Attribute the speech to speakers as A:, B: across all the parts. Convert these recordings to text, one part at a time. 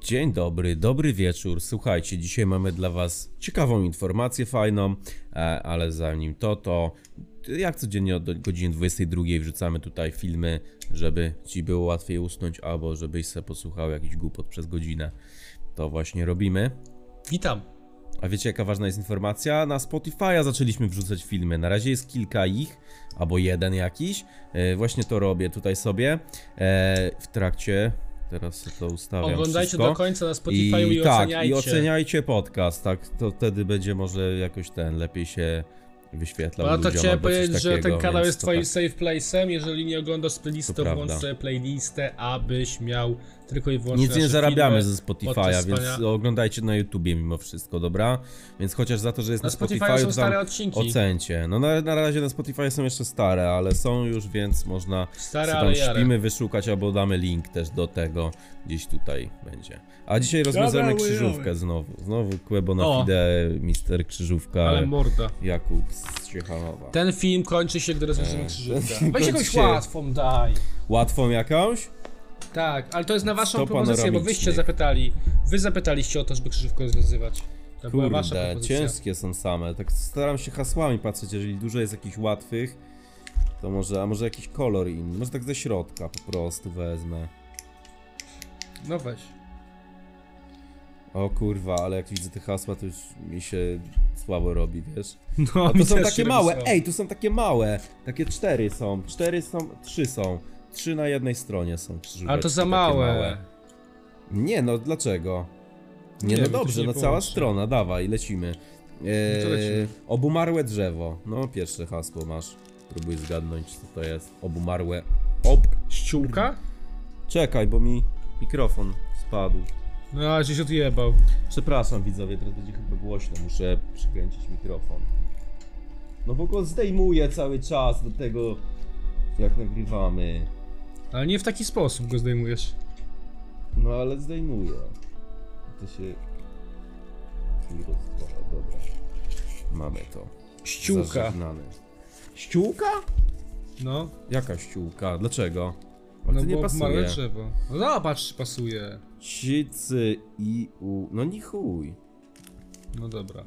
A: Dzień dobry, dobry wieczór. Słuchajcie, dzisiaj mamy dla Was ciekawą informację, fajną, e, ale zanim to, to jak codziennie od godziny 22 wrzucamy tutaj filmy, żeby Ci było łatwiej usnąć, albo żebyś se posłuchał jakiś głupot przez godzinę. To właśnie robimy.
B: Witam.
A: A wiecie jaka ważna jest informacja? Na Spotify'a zaczęliśmy wrzucać filmy. Na razie jest kilka ich, albo jeden jakiś. E, właśnie to robię tutaj sobie e, w trakcie. Teraz sobie to ustawiam.
B: Oglądajcie
A: wszystko.
B: do końca na Spotify i,
A: tak,
B: oceniajcie.
A: i oceniajcie podcast, tak, to wtedy będzie może jakoś ten, lepiej się wyświetlał
B: No to
A: ludziom
B: chciałem
A: albo coś
B: powiedzieć, że
A: takiego,
B: ten kanał
A: więc
B: jest
A: to
B: twoim
A: tak.
B: safe place'em. Jeżeli nie oglądasz playlist,
A: To
B: to włącz
A: prawda.
B: sobie playlistę, abyś miał tylko i wyłącznie
A: Nic nie
B: nasze
A: zarabiamy
B: znaczy filmy
A: ze
B: podczas
A: Spotify'a,
B: spania.
A: więc oglądajcie na YouTubie mimo wszystko, dobra? Więc chociaż za to, że jest na,
B: Na Spotify
A: Spotify'u,
B: są
A: to
B: stare
A: tam
B: odcinki.
A: ocencie. No na, na razie na Spotify są jeszcze stare, ale są już, więc można
B: Stare,
A: sobie
B: ale
A: tam
B: jare.
A: śpimy wyszukać, albo damy link też do tego, gdzieś tutaj będzie. A dzisiaj rozwiązujemy
B: Dobra,
A: krzyżówkę
B: ujrzymy.
A: znowu. Znowu Quebo na
B: O.
A: fide, Mister Krzyżówka.
B: Ale morda.
A: Jakub z Ciechanowa.
B: Ten film kończy się, gdy rozwiążemy krzyżówkę. Weź
A: Eee. kończy
B: jakąś
A: się-
B: łatwą daj.
A: Łatwą jakąś?
B: Tak, ale to jest na waszą
A: Sto
B: propozycję, bo wyście
A: panoramicznych.
B: zapytali. Wy zapytaliście o to, żeby krzyżówkę rozwiązywać. To była wasza
A: Kurde,
B: propozycja.
A: ciężkie są same. Tak staram się hasłami patrzeć, jeżeli dużo jest jakichś łatwych, to może, a może jakiś kolor inny. Może tak ze środka po prostu wezmę.
B: No weź.
A: O kurwa, ale jak widzę te hasła, to już mi się słabo robi, wiesz?
B: No,
A: A to są takie małe, ej, tu są takie małe. Takie cztery są, cztery są, trzy są. Trzy na jednej stronie są krzyżóweczki.
B: A to za
A: takie
B: małe.
A: Nie no, dlaczego? Nie,
B: Nie
A: no
B: wiem, to
A: dobrze,
B: się nie
A: no cała
B: połączy.
A: strona, dawaj, lecimy. Eee,
B: No to lecimy.
A: obumarłe drzewo. No, pierwsze hasło masz. Próbuj zgadnąć, co to jest. Obumarłe. Ob.
B: Ściółka?
A: Czekaj, bo mi mikrofon spadł.
B: No, a się odjebał.
A: Przepraszam widzowie, teraz będzie chyba głośno, muszę przykręcić mikrofon. No bo go zdejmuję cały czas do tego, jak nagrywamy.
B: Ale nie w taki sposób go zdejmujesz.
A: No ale zdejmuję. To się... I rozkłada, dobra. Mamy to.
B: Ściółka.
A: Zażegnane. Ściółka?
B: No,
A: Jaka ściółka? Dlaczego? A
B: no
A: to nie
B: bo małe
A: pasuje.
B: drzewo. No zobacz, pasuje.
A: Cicy i u... No nie chuj.
B: No dobra.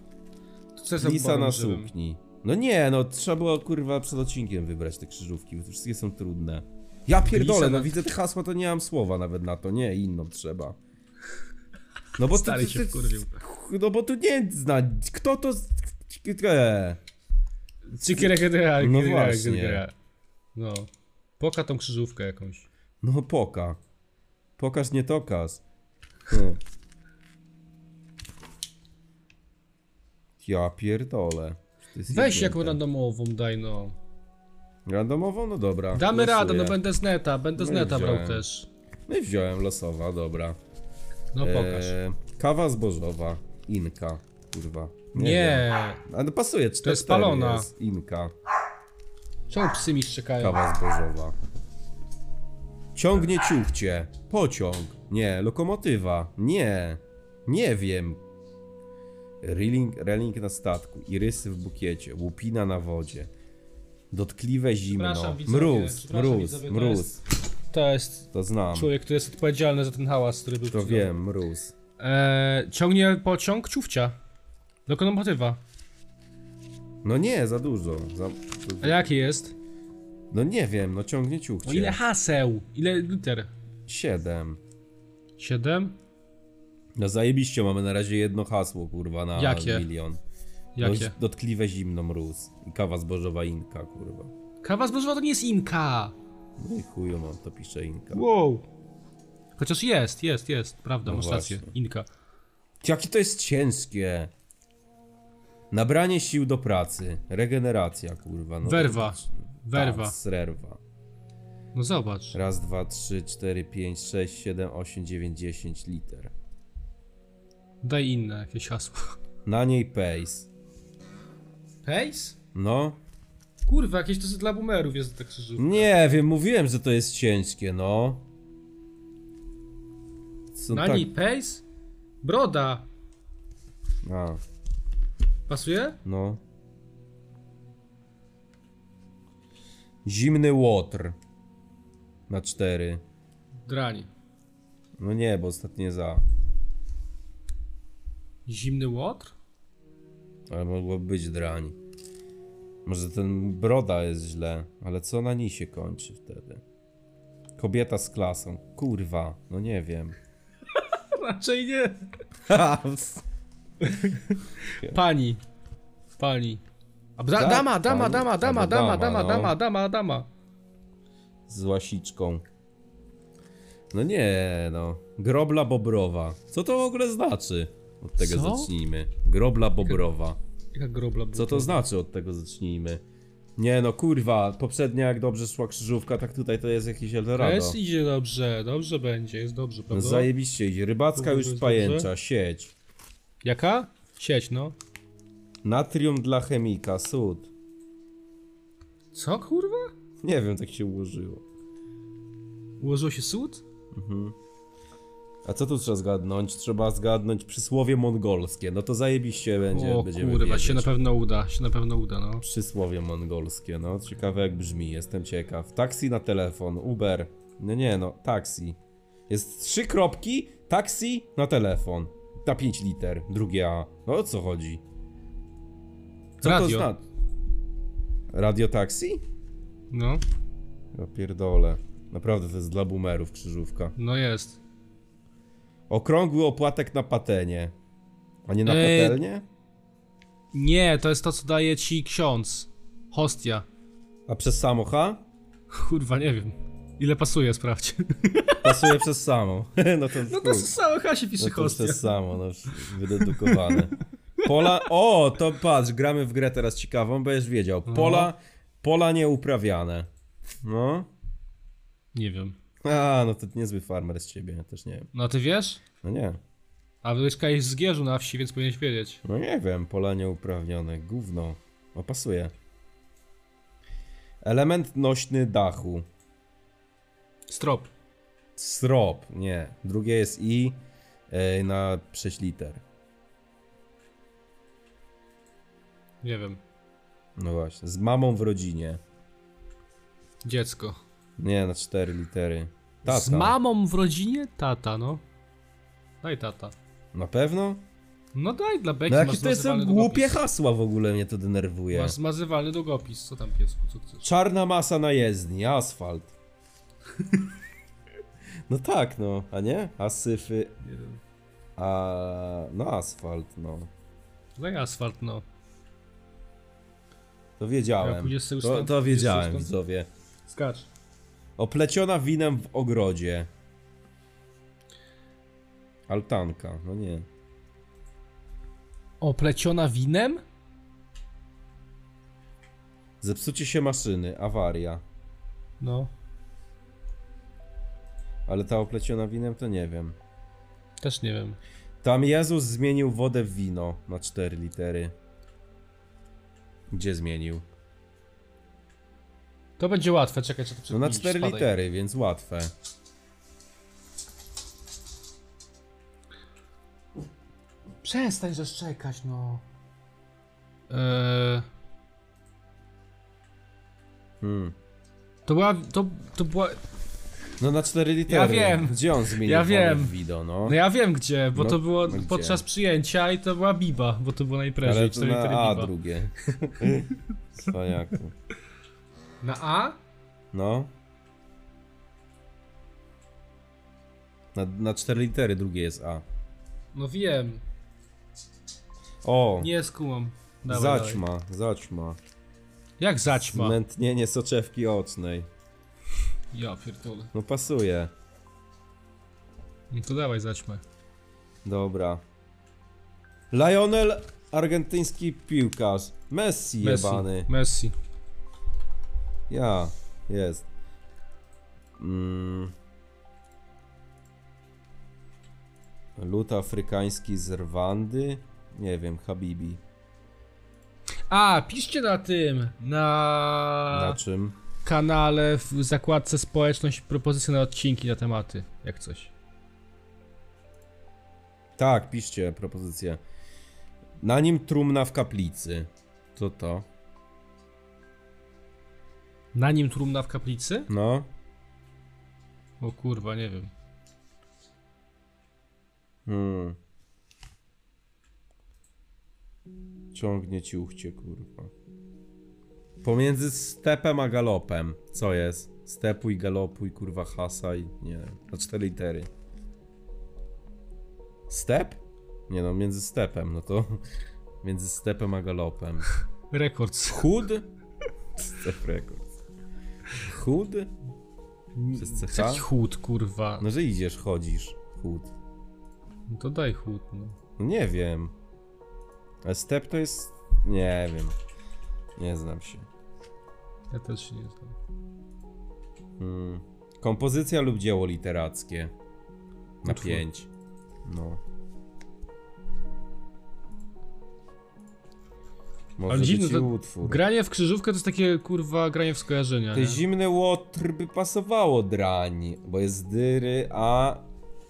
B: To co jest
A: Lisa
B: obawą
A: na
B: drzewem?
A: sukni. No nie, no trzeba było kurwa przed odcinkiem wybrać te krzyżówki, bo to wszystkie są trudne. Ja pierdolę,
B: Lisa
A: no
B: na-
A: widzę te hasła, to nie mam słowa nawet na to, nie, inną trzeba. No bo
B: Stary
A: ty,
B: się
A: ty,
B: wkurwił.
A: No bo tu nie zna, kto to... z- e,
B: Cikiera gedera,
A: No
B: gedera,
A: właśnie.
B: gedera. No. Poka tą krzyżówkę jakąś.
A: No poka. Pokaż, nie tokas. Hmm. Ja pierdolę. To jest
B: Weź
A: niepamięte.
B: jaką randomową daj no.
A: Randomową? No dobra.
B: Damy radę, no
A: losuję.
B: będę z neta, będę z
A: No i
B: neta brał
A: wziąłem.
B: też.
A: No i wziąłem losowa, dobra.
B: No pokaż.
A: E, kawa zbożowa. Inka. Kurwa. wiem.
B: Nie.
A: A no pasuje, czy to
B: jest palona.
A: Jest. Inka.
B: Czemu psy mi szczekają?
A: Kawa zbożowa. Ciągnie ciuchcie. Pociąg. Nie. Lokomotywa. Nie. Nie wiem. Reeling, reling na statku. Irysy w bukiecie. Łupina na wodzie. Dotkliwe zimno.
B: Przepraszam, widzowie,
A: Mróz,
B: przepraszam,
A: mróz,
B: widzowie, to
A: mróz.
B: jest- To jest
A: To znam.
B: człowiek, który jest odpowiedzialny za ten hałas, który był
A: To
B: przed
A: wiem, mróz.
B: Eee, ciągnie pociąg ciufcia. Lokomotywa.
A: No nie, za dużo. Za...
B: A jaki jest?
A: No nie wiem, no ciągnie ciuchcie.
B: O ile haseł? Ile liter?
A: Siedem.
B: Siedem?
A: No zajebiście mamy na razie jedno hasło, kurwa, na
B: Jakie?
A: milion.
B: Jakie?
A: No, dotkliwe zimno mróz i kawa zbożowa inka, kurwa.
B: Kawa zbożowa to nie jest inka.
A: No i chuju mam, to pisze inka.
B: Wow. Chociaż jest, jest, jest. Prawda,
A: No
B: masz rację.
A: właśnie.
B: Inka.
A: Jakie to jest ciężkie. Nabranie sił do pracy. Regeneracja, kurwa. No,
B: Werwa.
A: Tak,
B: Werwa.
A: srerwa.
B: No zobacz.
A: Raz, dwa, trzy, cztery, pięć, sześć, siedem, osiem, dziewięć, dziesięć liter.
B: Daj inne jakieś hasło.
A: Na niej pace.
B: Pace?
A: No,
B: Kurwa, jakieś to dla boomerów jest tak krzyżówka.
A: Nie wiem, mówiłem, że to jest ciężkie, no. Są
B: Na
A: tak...
B: niej Pace? Broda.
A: A,
B: Pasuje?
A: no. Zimny łotr. Na cztery.
B: Drań.
A: No nie, bo ostatnie za.
B: Zimny łotr?
A: Ale mogło być drań. Może ten broda jest źle, ale co na niej się kończy wtedy? Kobieta z klasą. Kurwa, no nie wiem.
B: Raczej nie. Pani. Pani. A da,
A: Tak,
B: dama, dama,
A: pani.
B: dama, dama,
A: Albo dama,
B: dama, dama,
A: no.
B: dama, dama, dama.
A: z łasiczką. No nie, no. Grobla bobrowa. Co to w ogóle znaczy? Od tego
B: Co?
A: zacznijmy. Grobla bobrowa.
B: Jaka grobla była.
A: Co to znaczy od tego zacznijmy? Nie no, kurwa, poprzednia jak dobrze szła krzyżówka, tak tutaj to jest jakiś Eldorado.
B: Jest idzie dobrze, dobrze będzie, jest dobrze,
A: No
B: prawda?
A: zajebiście idzie. Rybacka
B: To
A: już
B: jest
A: pajęcza, sieć.
B: Jaka? Sieć, no.
A: Natrium dla chemika, sód.
B: Co kurwa?
A: Nie wiem, tak się ułożyło.
B: Ułożył się sód?
A: A co tu trzeba zgadnąć? Trzeba zgadnąć przysłowie mongolskie. No to zajebiście będzie,
B: o
A: będziemy
B: kurwa,
A: wiedzieć.
B: się na pewno uda, się na pewno uda, no.
A: przysłowie mongolskie, no. Ciekawe jak brzmi, jestem ciekaw. Taksi na telefon, Uber. No nie no, taksi. Jest trzy kropki, taksi na telefon. Na 5 liter, drugie A. No o co chodzi? Co
B: Radio.
A: to zna? Radio taksi?
B: No,
A: Ja pierdolę. Naprawdę to jest dla boomerów krzyżówka.
B: no jest.
A: Okrągły opłatek na patenie. A nie na
B: Ej.
A: patelnie?
B: Nie, to jest to, co daje ci ksiądz. Hostia.
A: A przez samo H?
B: Kurwa, nie wiem. Ile pasuje, sprawdź.
A: Pasuje przez samo. No to,
B: No
A: chuj.
B: to z całe H się pisze
A: No to już
B: hostia.
A: to samo, no już wydedukowane. Pola, o, to patrz, gramy w grę teraz ciekawą, będziesz wiedział. Pola, pola nieuprawiane. No.
B: Nie wiem.
A: A, no to niezły farmer z ciebie, ja też nie wiem.
B: No ty wiesz?
A: No nie,
B: A mieszkałeś z Gierzu na wsi, więc powinieneś wiedzieć.
A: no nie wiem, pola nieuprawnione, gówno. O, pasuje. Element nośny dachu.
B: Strop.
A: Srop, nie. Drugie jest i e, na 6 liter.
B: Nie wiem.
A: No właśnie, z mamą w rodzinie.
B: Dziecko.
A: Nie, na 4 litery. Tata.
B: Z mamą w rodzinie? Tata, no. Daj tata.
A: Na pewno?
B: No daj dla Beki,
A: No
B: masz
A: jakie to jest
B: zmazywalny
A: głupie
B: długopis.
A: hasła w ogóle, mnie to denerwuje.
B: Masz zmazywalny długopis, co tam piesku, co chcesz.
A: Czarna masa na jezdni, asfalt. No tak, no, a nie? Asyfy,
B: Nie wiem.
A: a... no asfalt, no.
B: Daj asfalt, no.
A: To
B: Ja
A: wiedziałem.
B: pójdę sobie
A: To,
B: stąd,
A: to
B: pójdę
A: wiedziałem,
B: sobie stąd.
A: widzowie.
B: Skacz.
A: Opleciona winem w ogrodzie. Altanka, no nie.
B: Opleciona winem?
A: Zepsucie się maszyny, awaria.
B: No.
A: Ale ta opleciona winem to nie wiem.
B: Też nie wiem.
A: Tam Jezus zmienił wodę w wino na 4 litery. Gdzie zmienił?
B: To będzie łatwe, czekaj, czy to
A: No na
B: przepisz,
A: 4
B: spadaj.
A: litery, więc łatwe.
B: Przestań, że szczekać, no. Eee...
A: Hmm.
B: To była, to, to była,
A: No na 4 litery.
B: wiem.
A: Gdzie on zmienił
B: Ja
A: wodę
B: wiem.
A: w wino, no?
B: no ja wiem gdzie, bo
A: No,
B: to było
A: no gdzie?
B: podczas przyjęcia i to była biba, bo to było na imprezie,
A: Ale to
B: cztery
A: na
B: litery
A: A
B: biba.
A: drugie. Cwaniaku.
B: Na A?
A: No. Na, na 4 litery drugie jest A.
B: No wiem,
A: O!
B: nie skumam. Dawaj, Dawaj.
A: zaćma, zaćma.
B: Jak zaćma?
A: Zmętnienie soczewki ocznej.
B: Ja pierdolę.
A: No pasuje.
B: No to dawaj zaćmę.
A: Dobra. Lionel, argentyński piłkarz. Messi,
B: Messi,
A: jebany.
B: Messi.
A: Ja, jest. Mm. Lut afrykański z Rwandy? Nie wiem, Habibi.
B: A, piszcie na tym, na,
A: Na czym?
B: kanale w zakładce społeczność propozycje na odcinki, na tematy, jak coś.
A: Tak, piszcie propozycję. Na nim trumna w kaplicy. Co to?
B: Na nim trumna w kaplicy?
A: No.
B: O kurwa, nie wiem.
A: Hmm. ciągnie ciuchcie, kurwa. Pomiędzy stepem a galopem. Co jest? Stepuj, galopuj, kurwa, hasaj. Nie, na cztery litery. Step? Nie no, między stepem, no to... Między stepem a galopem.
B: Rekords.
A: Chud? Step Records. Chud? Przez CH?
B: Jaki chłód, kurwa.
A: No, że idziesz, chodzisz. Chud.
B: No to daj chłód, no.
A: No Nie wiem. A step to jest. Nie wiem. Nie znam się.
B: Ja też się nie znam.
A: Mm. Kompozycja lub dzieło literackie. Na
B: Utwór.
A: pięć. No. Może
B: Ale dziwne,
A: być i
B: to-
A: utwór.
B: Granie w krzyżówkę to jest takie, kurwa, granie w skojarzenia,
A: Te
B: nie?
A: zimne łotr by pasowało drań, bo jest dyry, a...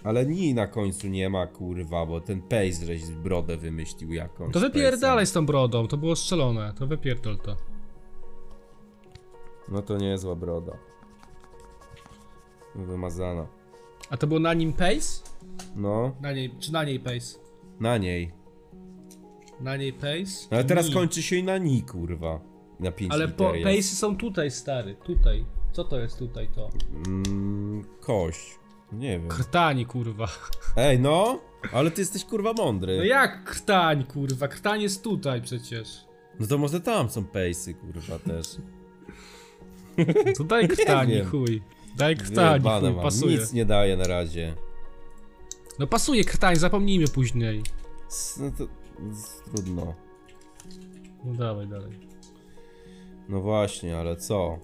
A: Ale ni na końcu nie ma, kurwa, bo ten pejs żeś brodę wymyślił jakąś.
B: To
A: pejsem.
B: wypierdalaj z tą brodą, to było strzelone, to wypierdol to.
A: No to niezła broda. Wymazana.
B: A to było na nim pace?
A: No,
B: Na niej, czy na niej pace?
A: na niej.
B: Na niej pace?
A: No ale teraz
B: Ni.
A: kończy się i na ni, kurwa. I Na pięć
B: Ale po,
A: liter
B: pace
A: jest.
B: są tutaj, stary, tutaj. Co to jest tutaj to?
A: Mm, kość. Nie wiem.
B: Krtani, kurwa.
A: Ej, no! Ale ty jesteś kurwa
B: No
A: mądry.
B: jak krtań, kurwa? Krtań jest tutaj przecież.
A: No to może tam są pejsy, kurwa, też.
B: Tak, To daj krtani,
A: wiem.
B: chuj. Daj krtani,
A: Wyjebane
B: chuj,
A: mam.
B: pasuje.
A: Nic nie daje na razie.
B: No pasuje krtań, zapomnijmy później.
A: S- No to... s- Trudno.
B: No dawaj, dalej.
A: No właśnie, ale co?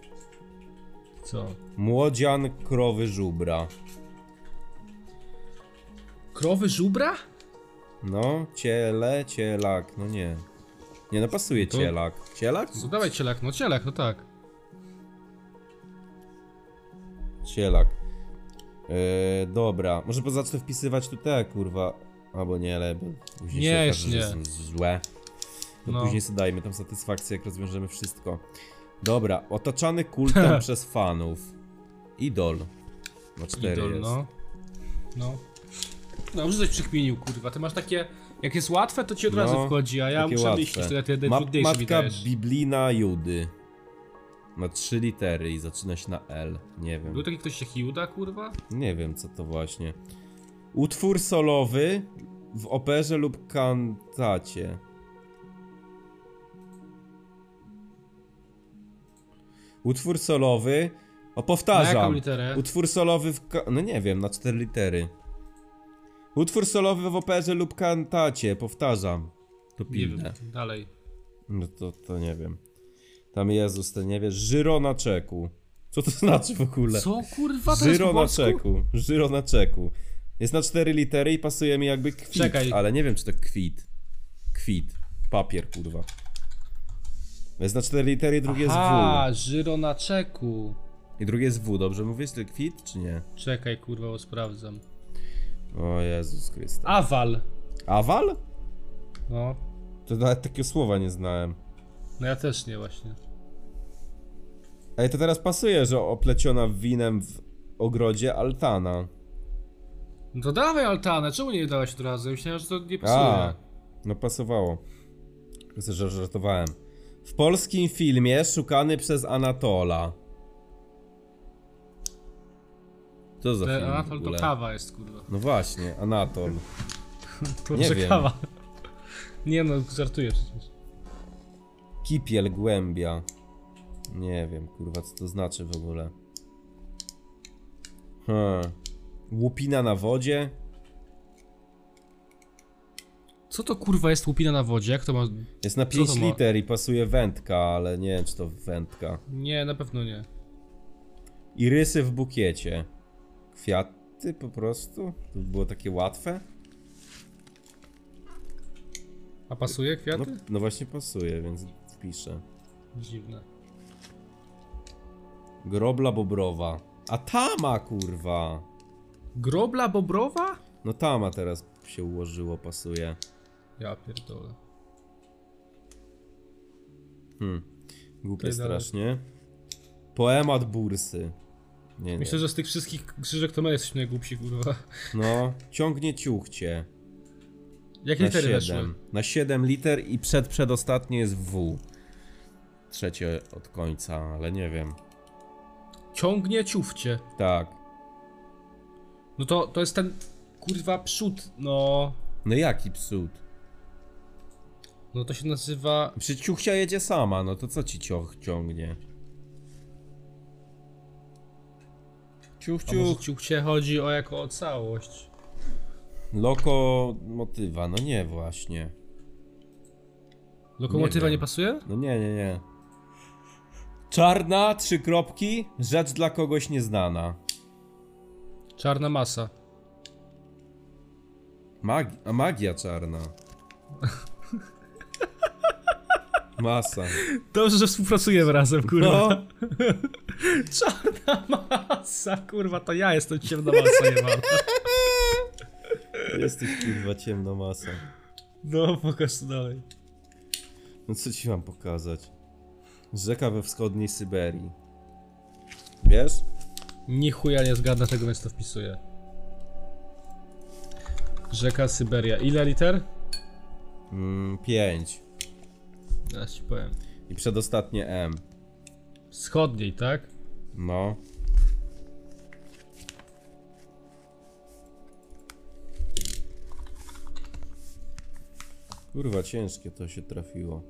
B: Co?
A: Młodzian krowy żubra.
B: Krowy żubra?
A: No, ciele, cielak, no nie. Nie, no pasuje
B: To-
A: cielak. Cielak?
B: No dawaj cielak, no cielak, no tak.
A: Cielak. Yy, dobra, może po- zacznę wpisywać tu te, kurwa. Albo nie, ale bo później
B: Nie,
A: się
B: już
A: okaże, że
B: nie.
A: są złe. To
B: No.
A: później sobie dajmy tam satysfakcję, jak rozwiążemy wszystko. Dobra, otaczany kultem przez fanów. Idol. No cztery
B: Idol,
A: jest.
B: no. No. Dobrze coś przykminił, kurwa. Ty masz takie... Jak jest łatwe, to ci od razu
A: No,
B: wchodzi, a ja
A: Takie
B: muszę
A: łatwe.
B: myśleć, tyle te
A: Ma-
B: trudniejsze mi
A: Matka
B: dajesz.
A: Biblina Judy. Ma trzy litery i zaczyna się na L. Nie wiem.
B: Był taki ktoś jak Juda, kurwa?
A: Nie wiem, co to właśnie. Utwór solowy w operze lub kantacie. Utwór solowy. O,
B: Na jaką
A: powtarzam.
B: literę?
A: Utwór solowy w. Ka- no nie wiem, na cztery litery. Utwór solowy w operze lub kantacie. Powtarzam. To
B: Nie wiem,
A: pilne.
B: dalej.
A: No to, to nie wiem. Tam Jezus, to nie wiesz. Żyro na czeku. Co to znaczy w ogóle?
B: Co, kurwa, to jest po
A: Żyro na
B: polsku?
A: czeku, żyro na czeku. Jest na cztery litery i pasuje mi jakby kwit,
B: Czekaj.
A: ale nie wiem czy to kwit. Kwit. Papier, kurwa. Jest na cztery litery i drugie
B: A,
A: jest
B: żyro na czeku.
A: W. I drugie jest W, dobrze mówię, czy to kwit, czy nie?
B: Czekaj, kurwa, bo sprawdzam.
A: O Jezus Chryste.
B: Awal.
A: Awal?
B: No,
A: To nawet takiego słowa nie znałem.
B: no ja też nie właśnie.
A: Ej, to teraz pasuje, że opleciona winem w ogrodzie altana.
B: No to dawaj altanę, czemu nie dałeś od razu? Ja Myślałem, że to nie
A: A,
B: pasuje.
A: no pasowało. Że że żartowałem. W polskim filmie szukany przez Anatola. Co za
B: Te
A: film w
B: Anatol to
A: ogóle?
B: kawa jest, kurwa.
A: No właśnie, Anatol.
B: To
A: Nie
B: że
A: wiem.
B: kawa. Nie no, żartuję przecież.
A: Kipiel głębia. Nie wiem, kurwa, co to znaczy w ogóle. Hmm. Łupina na wodzie?
B: Co to kurwa jest łupina na wodzie? Jak to ma...
A: Jest na
B: to
A: 5
B: ma?
A: liter i pasuje wędka, ale nie wiem, czy to wędka.
B: Nie, na pewno nie.
A: Irysy w bukiecie. Kwiaty po prostu? To było takie łatwe?
B: A pasuje
A: No,
B: kwiaty?
A: no właśnie pasuje, więc wpiszę. No.
B: Dziwne.
A: Grobla bobrowa. A tama kurwa!
B: Grobla bobrowa?
A: No tama teraz się ułożyło, pasuje.
B: Ja pierdolę.
A: Głupie
B: Tutaj dalej.
A: strasznie. Poemat bursy. Nie, nie.
B: Myślę, że z tych wszystkich krzyżek to my jesteśmy najgłupsi, kurwa.
A: No, ciągnie ciuchcie.
B: Jakie
A: Na
B: litery
A: 7.
B: weszły?
A: Na 7 liter i przed przedostatnie jest W. Trzecie od końca, ale nie wiem.
B: Ciągnie ciufcie.
A: Tak.
B: No to, to jest ten, kurwa, przód, no...
A: No jaki psud?
B: No to się nazywa...
A: Przecież ciuchcia jedzie sama, no to co ci cioch ciągnie? Ciuch,
B: A może
A: ciuch,
B: ciuchcie chodzi o jako o całość.
A: loko motywa, no nie właśnie. Nie
B: Lokomotywa
A: wiem.
B: nie, pasuje?
A: No nie, nie, nie. Czarna, trzy kropki, rzecz dla kogoś nieznana.
B: Czarna masa.
A: Mag a magia czarna. Masa.
B: Dobrze, że współpracujemy razem, kurwa.
A: No.
B: Czarna masa, kurwa, to ja jestem ciemna masa, jebana.
A: Jesteś kurwa ciemna masa.
B: No, pokaż to dalej.
A: No co ci mam pokazać? Rzeka we wschodniej Syberii. Wiesz?
B: Ni chuja nie zgadnę tego, więc to wpisuję. Rzeka Syberia. Ile liter?
A: Mm, pięć.
B: Zaraz ci powiem.
A: I przedostatnie M.
B: Wschodniej, tak?
A: No. Kurwa, ciężkie to się trafiło.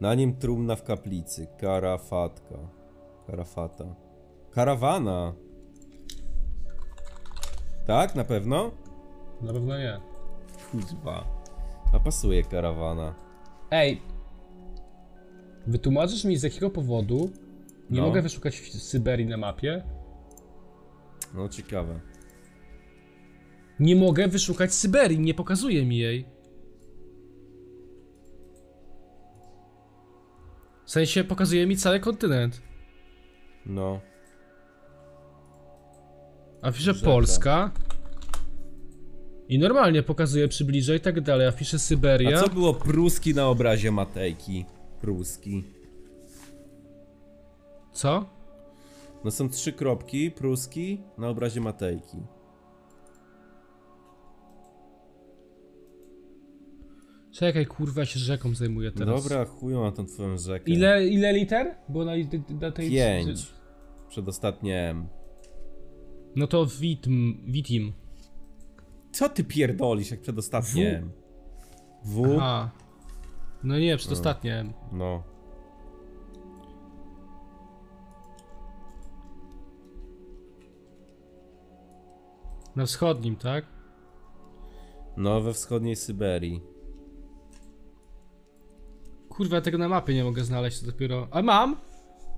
A: Na nim trumna w kaplicy. Karafatka. Karafata. Karawana! Tak, na pewno?
B: Na pewno nie.
A: Kurwa. A pasuje karawana.
B: Ej! Wytłumaczysz mi z jakiego powodu nie
A: No.
B: mogę wyszukać w Syberii na mapie?
A: No ciekawe.
B: Nie mogę wyszukać Syberii, nie pokazuje mi jej. W sensie pokazuje mi cały kontynent.
A: No.
B: A pisze
A: Rzeka.
B: Polska. I normalnie pokazuje przybliża i tak dalej, a pisze
A: A
B: Syberia.
A: co było pruski na obrazie Matejki? Pruski.
B: co?
A: No są trzy kropki, pruski na obrazie Matejki.
B: Czekaj, kurwa, ja się rzeką zajmuję teraz.
A: Dobra, chują na tą twoją rzekę.
B: Ile, ile liter? Było na, li- na tej...
A: Pięć. Przedostatnie M.
B: No to Witm, Witim.
A: Co ty pierdolisz jak przedostatnie M? W?
B: A. No nie, przedostatnie.
A: No.
B: Na wschodnim, tak?
A: No, we wschodniej Syberii.
B: Kurwa, ja tego na mapie nie mogę znaleźć, to dopiero... A mam!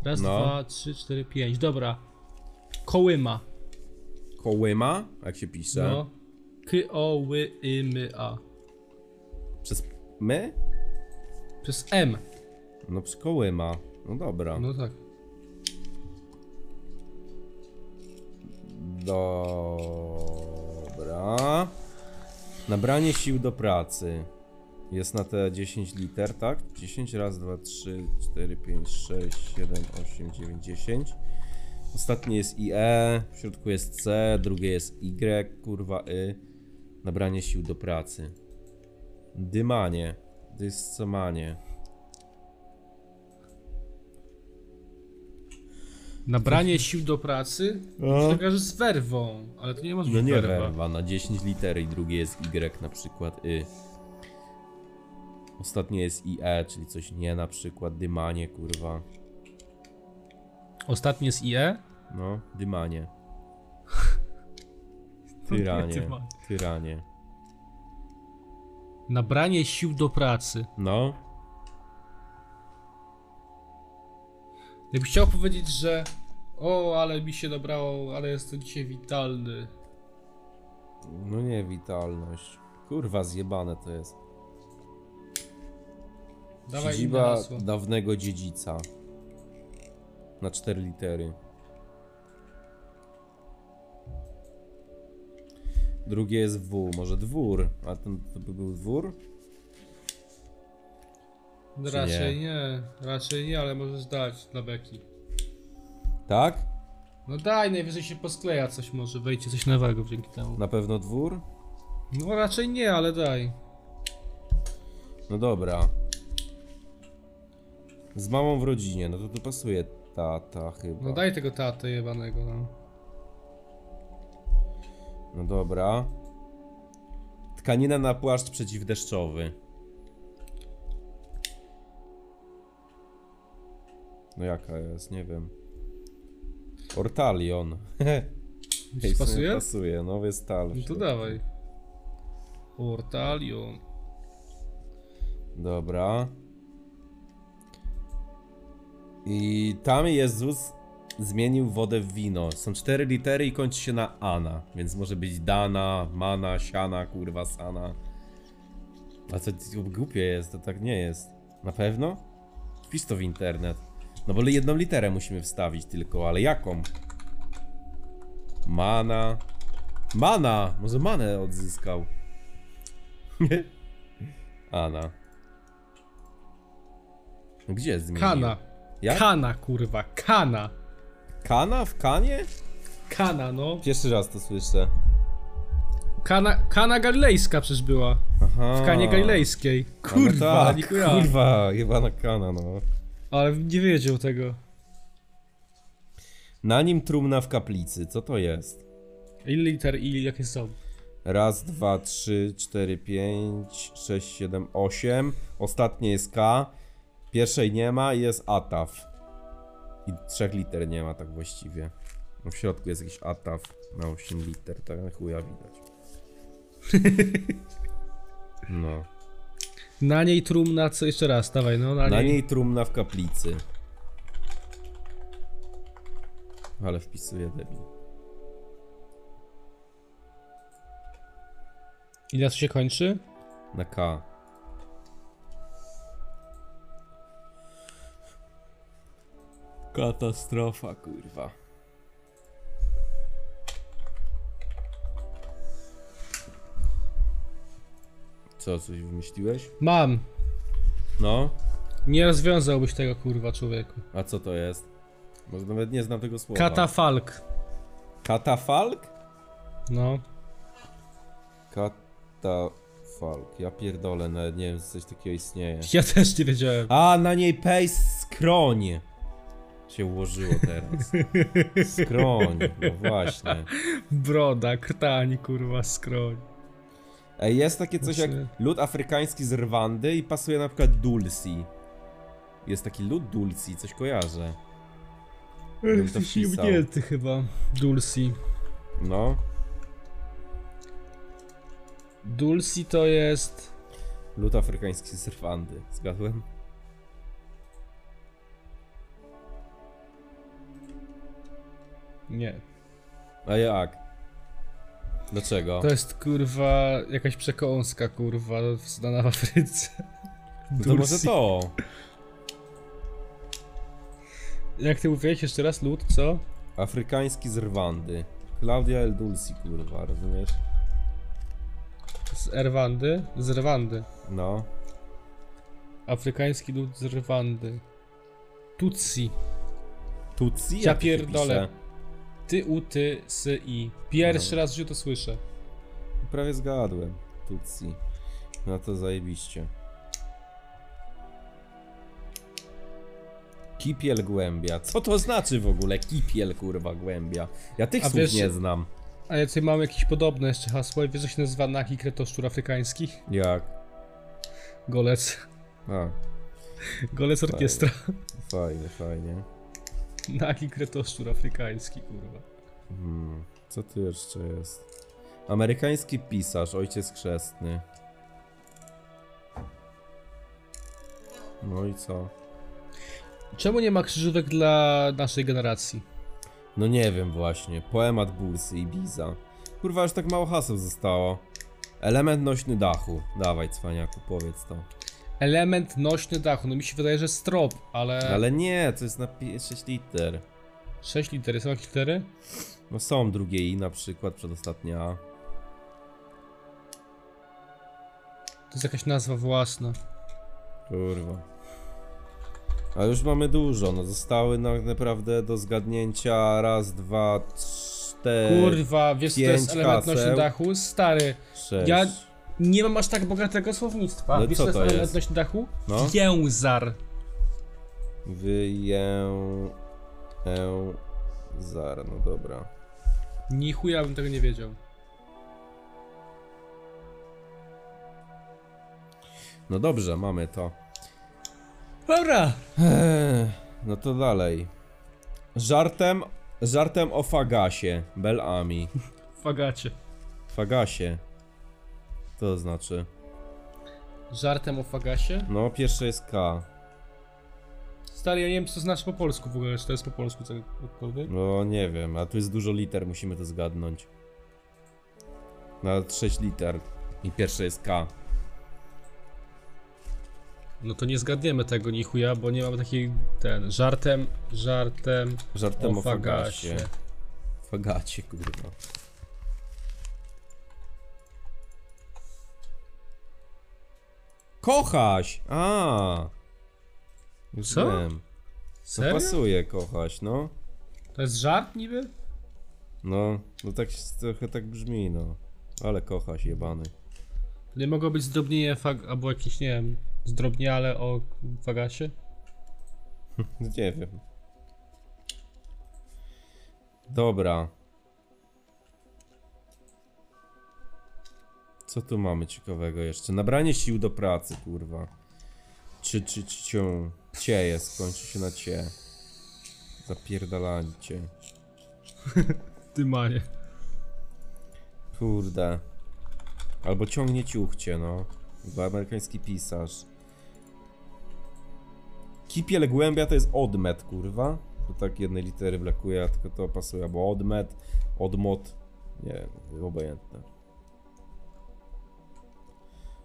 B: Raz,
A: No.
B: dwa, trzy, cztery, pięć, dobra. Kołyma.
A: Kołyma? Jak się pisze?
B: No. K-O-ły-y-my-a.
A: Przez my?
B: Przez M.
A: No, przez Kołyma. No dobra.
B: No tak.
A: Dobra. Nabranie sił do pracy. Jest na te 10 liter, tak? 10 raz, 2, 3, 4, 5, 6, 7, 8, 9, 10. Ostatnie jest IE, w środku jest C, drugie jest Y, kurwa Y. Nabranie sił do pracy. Dymanie. Dyscomanie.
B: Nabranie sił do pracy? To kojarzy z werwą, ale to No. nie może być
A: No nie
B: werwa.
A: werwa, na 10 liter i drugie jest Y na przykład Y. Ostatnie jest IE, czyli coś nie na przykład, dymanie kurwa.
B: Ostatnie jest E. IE?
A: No, dymanie.
B: To nie
A: Tyranie,
B: dymanie.
A: tyranie.
B: Nabranie sił do pracy.
A: No,
B: Jakbyś chciał powiedzieć, że o, ale mi się dobrało, ale jestem dzisiaj witalny.
A: no nie, witalność. Kurwa, zjebane to jest.
B: Dawaj Siedziba... inne
A: Siedziba
B: hasło.
A: dawnego dziedzica. Na 4 litery. Drugie jest W, może dwór, a ten to by był dwór?
B: No Raczej nie. raczej nie, ale możesz dać dla beki.
A: Tak?
B: No daj, najwyżej się poskleja coś No. może, wejdzie coś nowego dzięki temu.
A: Na pewno dwór?
B: No raczej nie, ale daj.
A: No dobra. Z mamą w rodzinie, no to tu pasuje tata chyba.
B: No daj tego tatę jebanego, no.
A: No dobra. Tkanina na płaszcz przeciwdeszczowy. No jaka jest, nie wiem. Ortalion. Ej, w sumie
B: Pasuje?
A: Pasuje, no jest tal. w
B: No to
A: środku.
B: dawaj. Portalion.
A: Dobra. I tam Jezus zmienił wodę w wino. Są cztery litery i kończy się na Ana, więc może być Dana, Mana, Siana, kurwa, Sana. A co głupie jest, to tak nie jest. Na pewno? Wpisz to w internet. No bo jedną literę musimy wstawić tylko, ale jaką? Mana. Mana! Może manę odzyskał. Ana. No Gdzie zmienił?
B: Kana.
A: Jak?
B: Kana, kurwa. Kana.
A: Kana w kanie?
B: Kana, no.
A: Pierwszy raz to słyszę.
B: Kana, kana galilejska przecież była.
A: Aha.
B: W kanie galilejskiej.
A: A, no
B: Kurwa,
A: tak,
B: nie kurwa.
A: kurwa, chyba na kana, no.
B: Ale nie wiedział tego.
A: Na nim trumna w kaplicy, co to jest?
B: Ile liter i jakie są?
A: Raz, dwa, trzy, cztery, pięć, sześć, siedem, osiem. Ostatnie jest K. Pierwszej nie ma i jest ATAF. I trzech liter nie ma tak właściwie. No w środku jest jakiś ATAF na 8 liter, tak na chuja widać. No.
B: Na niej trumna, co jeszcze raz, dawaj, no na,
A: Na
B: niej.
A: niej trumna w kaplicy. Ale wpisuję debil.
B: I na co się kończy?
A: Na K. Katastrofa, kurwa. Co, coś wymyśliłeś?
B: Mam.
A: No,
B: Nie rozwiązałbyś tego, kurwa, człowieku.
A: a co to jest? Może nawet nie znam tego słowa.
B: Katafalk.
A: Katafalk?
B: No.
A: Katafalk. Ja pierdolę, nawet nie wiem, czy coś takiego istnieje.
B: Ja też nie wiedziałem.
A: A, na niej pej skroń się ułożyło teraz. Skroń, no właśnie.
B: Broda, krtań, kurwa, skroń.
A: Ej, jest takie coś jak
B: Znaczy-
A: lud afrykański z Rwandy i pasuje na przykład dulsi. Jest taki lud dulsi, coś kojarzę. Bym to
B: Jesteś
A: wpisał.
B: jebnięty chyba. Dulci.
A: No,
B: Dulci to jest...
A: lud afrykański z Rwandy, zgadłem?
B: Nie.
A: A jak? Dlaczego?
B: To jest, kurwa, jakaś przekąska, kurwa, znana w Afryce.
A: No to może
B: Dulci.
A: to.
B: Jak ty mówiłeś jeszcze raz, lud, co?
A: Afrykański z Rwandy. Claudia El Dulci, kurwa, rozumiesz?
B: Z Erwandy? Z Rwandy.
A: No.
B: Afrykański lud z Rwandy. Tutsi.
A: Tutsi?
B: Ja
A: jak to się pisze?
B: pierdolę. Ty, u, ty, sy, i. Pierwszy raz w życiu to słyszę.
A: Prawie zgadłem. Tutsi. No to zajebiście. Kipiel głębia. Co to znaczy w ogóle? Kipiel kurwa głębia. Ja tych
B: A
A: słów
B: wiesz-
A: nie znam.
B: A ja tutaj mam jakieś podobne jeszcze hasło. Wiesz, co się nazywa naki kretoszczur afrykański?
A: Jak?
B: Golec.
A: A,
B: Golec orkiestra.
A: fajnie, fajnie.
B: Naki kretoszczur afrykański, kurwa.
A: Hmm. Co tu jeszcze jest? Amerykański pisarz, ojciec chrzestny. No i co?
B: Czemu nie ma krzyżówek dla naszej generacji?
A: No nie wiem właśnie. Poemat Bursy i Biza. Kurwa, aż tak mało haseł zostało. Element nośny dachu. Dawaj, cwaniaku, powiedz to.
B: Element nośny dachu. No mi się wydaje, że strop, ale...
A: Ale nie, to jest na 6 liter.
B: 6 litery. Są jakieś litery?
A: No są drugie i na przykład przedostatnia. A.
B: To jest jakaś nazwa własna.
A: Kurwa. A już mamy dużo, no zostały na- naprawdę do zgadnięcia raz, dwa, cztery,
B: Kurwa, wiesz co to
A: E, pięć
B: jest element nośny
A: haseł.
B: dachu? Stary,
A: sześć.
B: ja Nie mam aż tak bogatego słownictwa.
A: No
B: Wiesz,
A: co
B: co
A: to
B: jest
A: jest?
B: odnośnie dachu?
A: No.
B: Jęzar.
A: Wyję... Eł... Zar, no dobra.
B: Ni chuja bym tego nie wiedział.
A: No dobrze, mamy to.
B: Dobra!
A: Eee, No to dalej. Żartem... Żartem o Fagasie. Belami.
B: Fagacie.
A: Fagasie. Co to znaczy?
B: Żartem o fagasie?
A: No, pierwsze jest K.
B: Stary, ja nie wiem co to znaczy po polsku w ogóle, czy to jest po polsku cokolwiek.
A: No, nie wiem, a tu jest dużo liter, musimy to zgadnąć. Na 6 liter. I pierwsze jest K.
B: No to nie zgadniemy tego ni chuja, bo nie mamy takiej, ten, żartem, żartem
A: Żartem o, fagasie. Fagacie, kurwa. Kochaś! A. Już
B: Co?
A: Wiem. To
B: Serio?
A: pasuje, kochaś, no.
B: To jest żart niby?
A: No, no tak się- trochę tak brzmi, no. Ale kochaś, jebany.
B: To nie mogło być zdrobnienie fag... albo jakieś, nie wiem, zdrobniale o fagasie?
A: Nie wiem. Dobra. Co tu mamy ciekawego jeszcze? Nabranie sił do pracy, kurwa. Czy, czy, czy, cię. Cieje, skończy się na cie. Zapierdalanie cię.
B: Ty manie.
A: Kurde. Albo ciągnie ciuchcie, no. Bo amerykański pisarz. Kipiel głębia to jest odmet, kurwa. Bo tak jednej litery brakuje, a tylko to pasuje. Bo odmet, odmot. Nie, obojętne.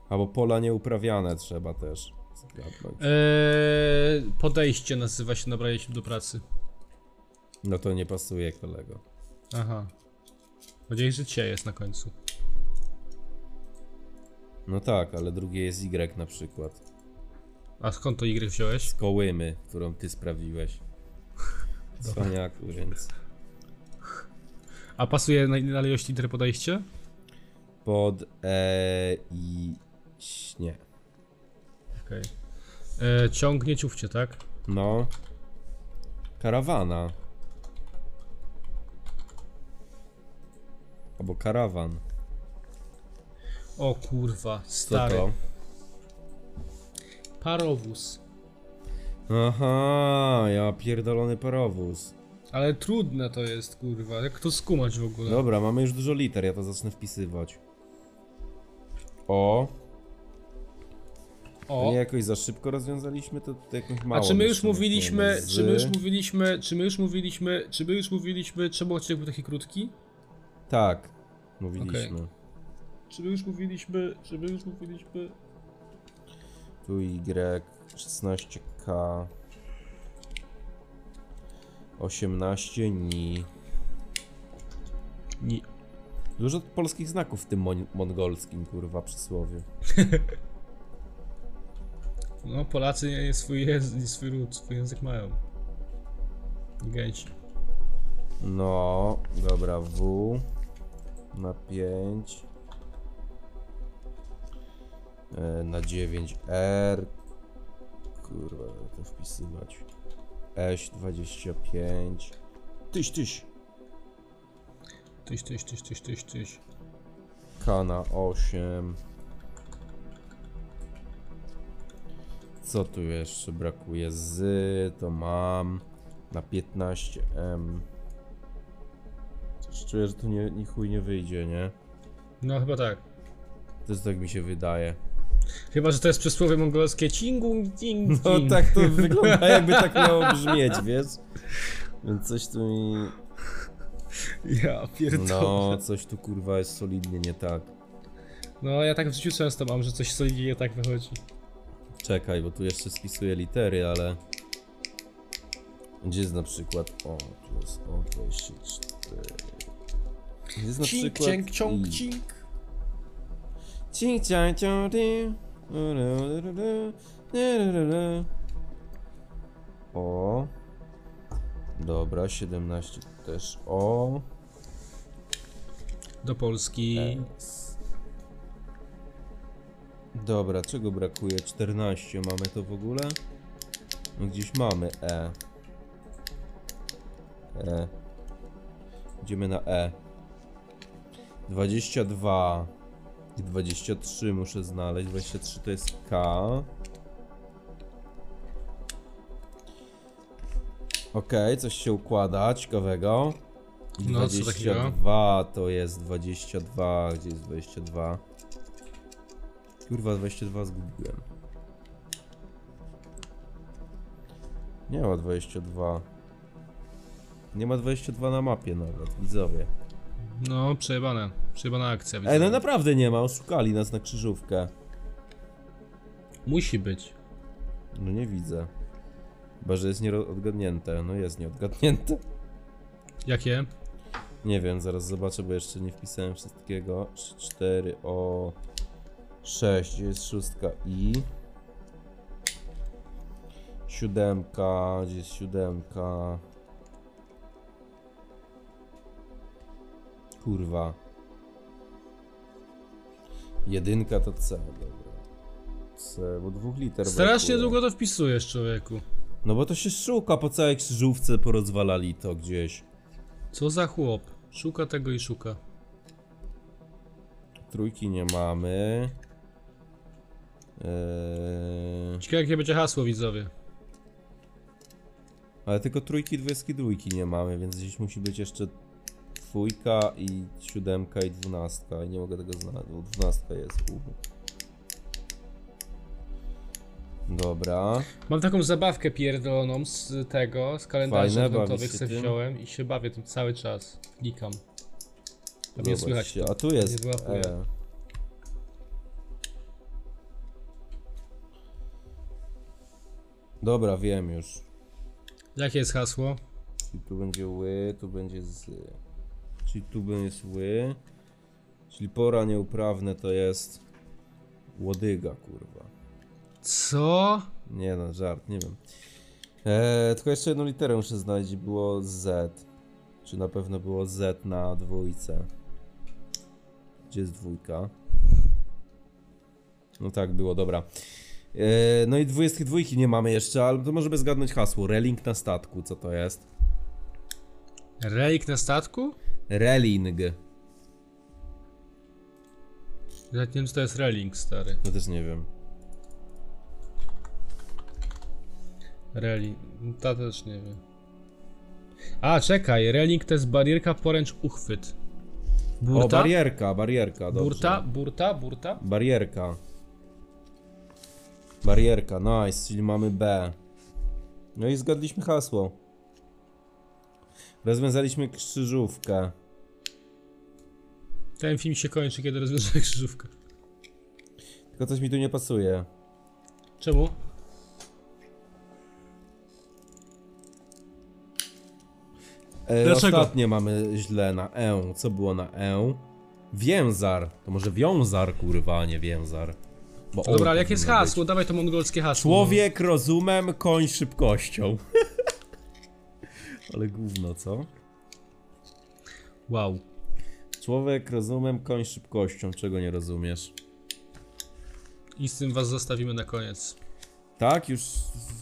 A: Albo pola nieuprawiane trzeba też zgadnąć.
B: Eee, podejście nazywa się nabranie się do pracy.
A: No to nie pasuje, kolego.
B: Aha. Powiedziałeś, że cię jest na końcu.
A: No tak, ale drugie jest Y na przykład.
B: A skąd to Y wziąłeś?
A: Z kołymy, którą ty sprawiłeś. Cwaniaku, więc.
B: A pasuje na, na ilość liter podejście?
A: Pod e i śnie.
B: Okej. Okay. Ciągnie ciówcie, tak?
A: No. Karawana. Albo karawan.
B: O kurwa,
A: Co
B: stary.
A: to?
B: Parowóz.
A: Aha, ja pierdolony parowóz.
B: Ale trudne to jest, kurwa. Jak to skumać w ogóle?
A: Dobra, mamy już dużo liter, ja to zacznę wpisywać. O,
B: O.
A: nie jakoś za szybko rozwiązaliśmy, to tutaj jakoś
B: A
A: mało.
B: czy my już
A: myślę,
B: mówiliśmy,
A: z-
B: czy my już mówiliśmy, czy my już mówiliśmy, czy my już mówiliśmy, czemu odcinek był taki krótki?
A: Tak, mówiliśmy.
B: Czy my już mówiliśmy, czy my już mówiliśmy...
A: Tu Y, 16K, 18 Ni.
B: Nie.
A: Dużo polskich znaków w tym mon- mongolskim, kurwa, przysłowie.
B: No, Polacy nie, nie swój, język, nie swój ród, swój język mają. I Gęci.
A: No, dobra, W na 5. E, Na 9 R. Kurwa, jak to wpisywać. Eś 25. Tyś, tyś.
B: Tyś, tyś, tyś, tyś, tyś, tyś.
A: K na 8. Co tu jeszcze brakuje? Z to mam na 15M. Coś czuję, że tu nie, ni chuj nie wyjdzie, nie?
B: No, chyba tak.
A: To jest tak mi się wydaje.
B: Chyba, że to jest przysłowie mongolskie cingung, ding, ding.
A: No tak to wygląda, jakby tak miało brzmieć, wiesz? Więc coś tu mi...
B: Ja
A: No,
B: pierdolę.
A: coś tu kurwa jest solidnie nie tak.
B: No. ja tak w życiu często mam, że coś solidnie nie tak wychodzi.
A: Czekaj, bo tu jeszcze spisuję litery, ale. Gdzie jest na przykład. O, tu jest O24. Gdzie jest na
B: Cink,
A: przykład.
B: cienk, ciąg,
A: i-
B: cink.
A: Cink, ciank, ciąg, ty. Ru, ru, ru, ru, ru, ru, ru. O. Dobra, 17 też. O. E.
B: Do Polski.
A: S. Dobra, czego brakuje? 14 mamy to w ogóle? No gdzieś mamy E. E. Idziemy na E. 22 i 23 muszę znaleźć. 23 to jest K. Okej, coś się układa ciekawego. I
B: No, co takiego?
A: 22 to jest 22. Gdzie jest 22? Kurwa, 22 zgubiłem. Nie ma 22. Nie ma 22 na mapie nawet, widzowie.
B: No, przejebane. Przejebana akcja.
A: Ej, no
B: widzę.
A: naprawdę nie ma, oszukali nas na krzyżówkę.
B: Musi być.
A: No nie widzę. Chyba, że jest nieodgadnięte. No jest nieodgadnięte.
B: Jakie?
A: Nie wiem, zaraz zobaczę, bo jeszcze nie wpisałem wszystkiego. 4 o 6, gdzie jest szóstka i. Siódemka, gdzie jest siódemka. Kurwa. Jedynka to C, dobra. C, bo dwóch liter
B: Strasznie
A: brakuje.
B: długo to wpisujesz, człowieku.
A: No bo to się szuka, po całej krzyżówce porozwalali to gdzieś.
B: Co za chłop. Szuka tego i szuka.
A: Trójki nie mamy. Eee,
B: Ciekawe jakie będzie hasło, widzowie.
A: ale tylko trójki, dwudziestki, dwójki nie mamy, więc gdzieś musi być jeszcze dwójka i siódemka i dwunastka. I nie mogę tego znaleźć, bo dwunastka jest. uhu. Dobra.
B: Mam taką zabawkę pierdoloną z tego, z kalendarzy
A: Fajne,
B: odlotowych
A: bawisz się
B: se
A: tym?
B: wziąłem i się bawię tym cały czas. Klikam. Tam nie
A: Zobacz
B: słychać
A: się.
B: to.
A: A tu jest.
B: Nie wyłapuję.
A: E. Dobra, wiem już.
B: Jakie jest hasło?
A: Czyli tu będzie ły, tu będzie z. Czyli tu będzie ły. Czyli pora nieuprawne to jest łodyga, kurwa.
B: Co?
A: Nie no, żart, nie wiem. Eee, tylko jeszcze jedną literę muszę znaleźć, było Z. Czy na pewno było Z na dwójce? Gdzie jest dwójka? No tak, było, dobra. Eee, no i dwudziestki dwójki nie mamy jeszcze, ale to możemy zgadnąć hasło. Reling na statku, co to jest?
B: Relik na statku?
A: Reling.
B: Nawet nie wiem, co to jest reling, stary.
A: No też nie wiem.
B: Reling. No, Ta też nie wiem. A, czekaj. Reling to jest barierka, poręcz, uchwyt. Burta?
A: O, barierka, barierka, dobrze.
B: burta, burta, burta.
A: Barierka. Barierka, nice, czyli mamy B. No i zgadliśmy hasło. Rozwiązaliśmy krzyżówkę.
B: Ten film się kończy, kiedy rozwiąże krzyżówkę.
A: Tylko coś mi tu nie pasuje.
B: Czemu?
A: E,
B: Dlaczego?
A: Ostatnie mamy źle na E. Co było na E? Więzar. To może wiązar, kurwa, a nie więzar. Bo
B: Dobra,
A: O
B: ale jakie jest
A: powinno być.
B: hasło? Dawaj to mongolskie hasło.
A: Człowiek rozumem, koń szybkością. ale gówno, co?
B: Wow.
A: Człowiek rozumem, koń szybkością, czego nie rozumiesz.
B: I z tym was zostawimy na koniec.
A: Tak, już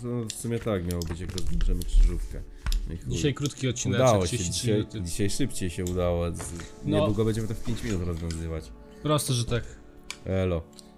A: no, w sumie tak miało być, jak rozbierzemy krzyżówkę. No i chuj.
B: Dzisiaj krótki odcinek,
A: udało się,
B: 33
A: dzisiaj,
B: minuty.
A: dzisiaj szybciej się udało. Z...
B: No.
A: Niedługo będziemy to w 5 minut rozwiązywać.
B: Prosto, że tak.
A: Elo.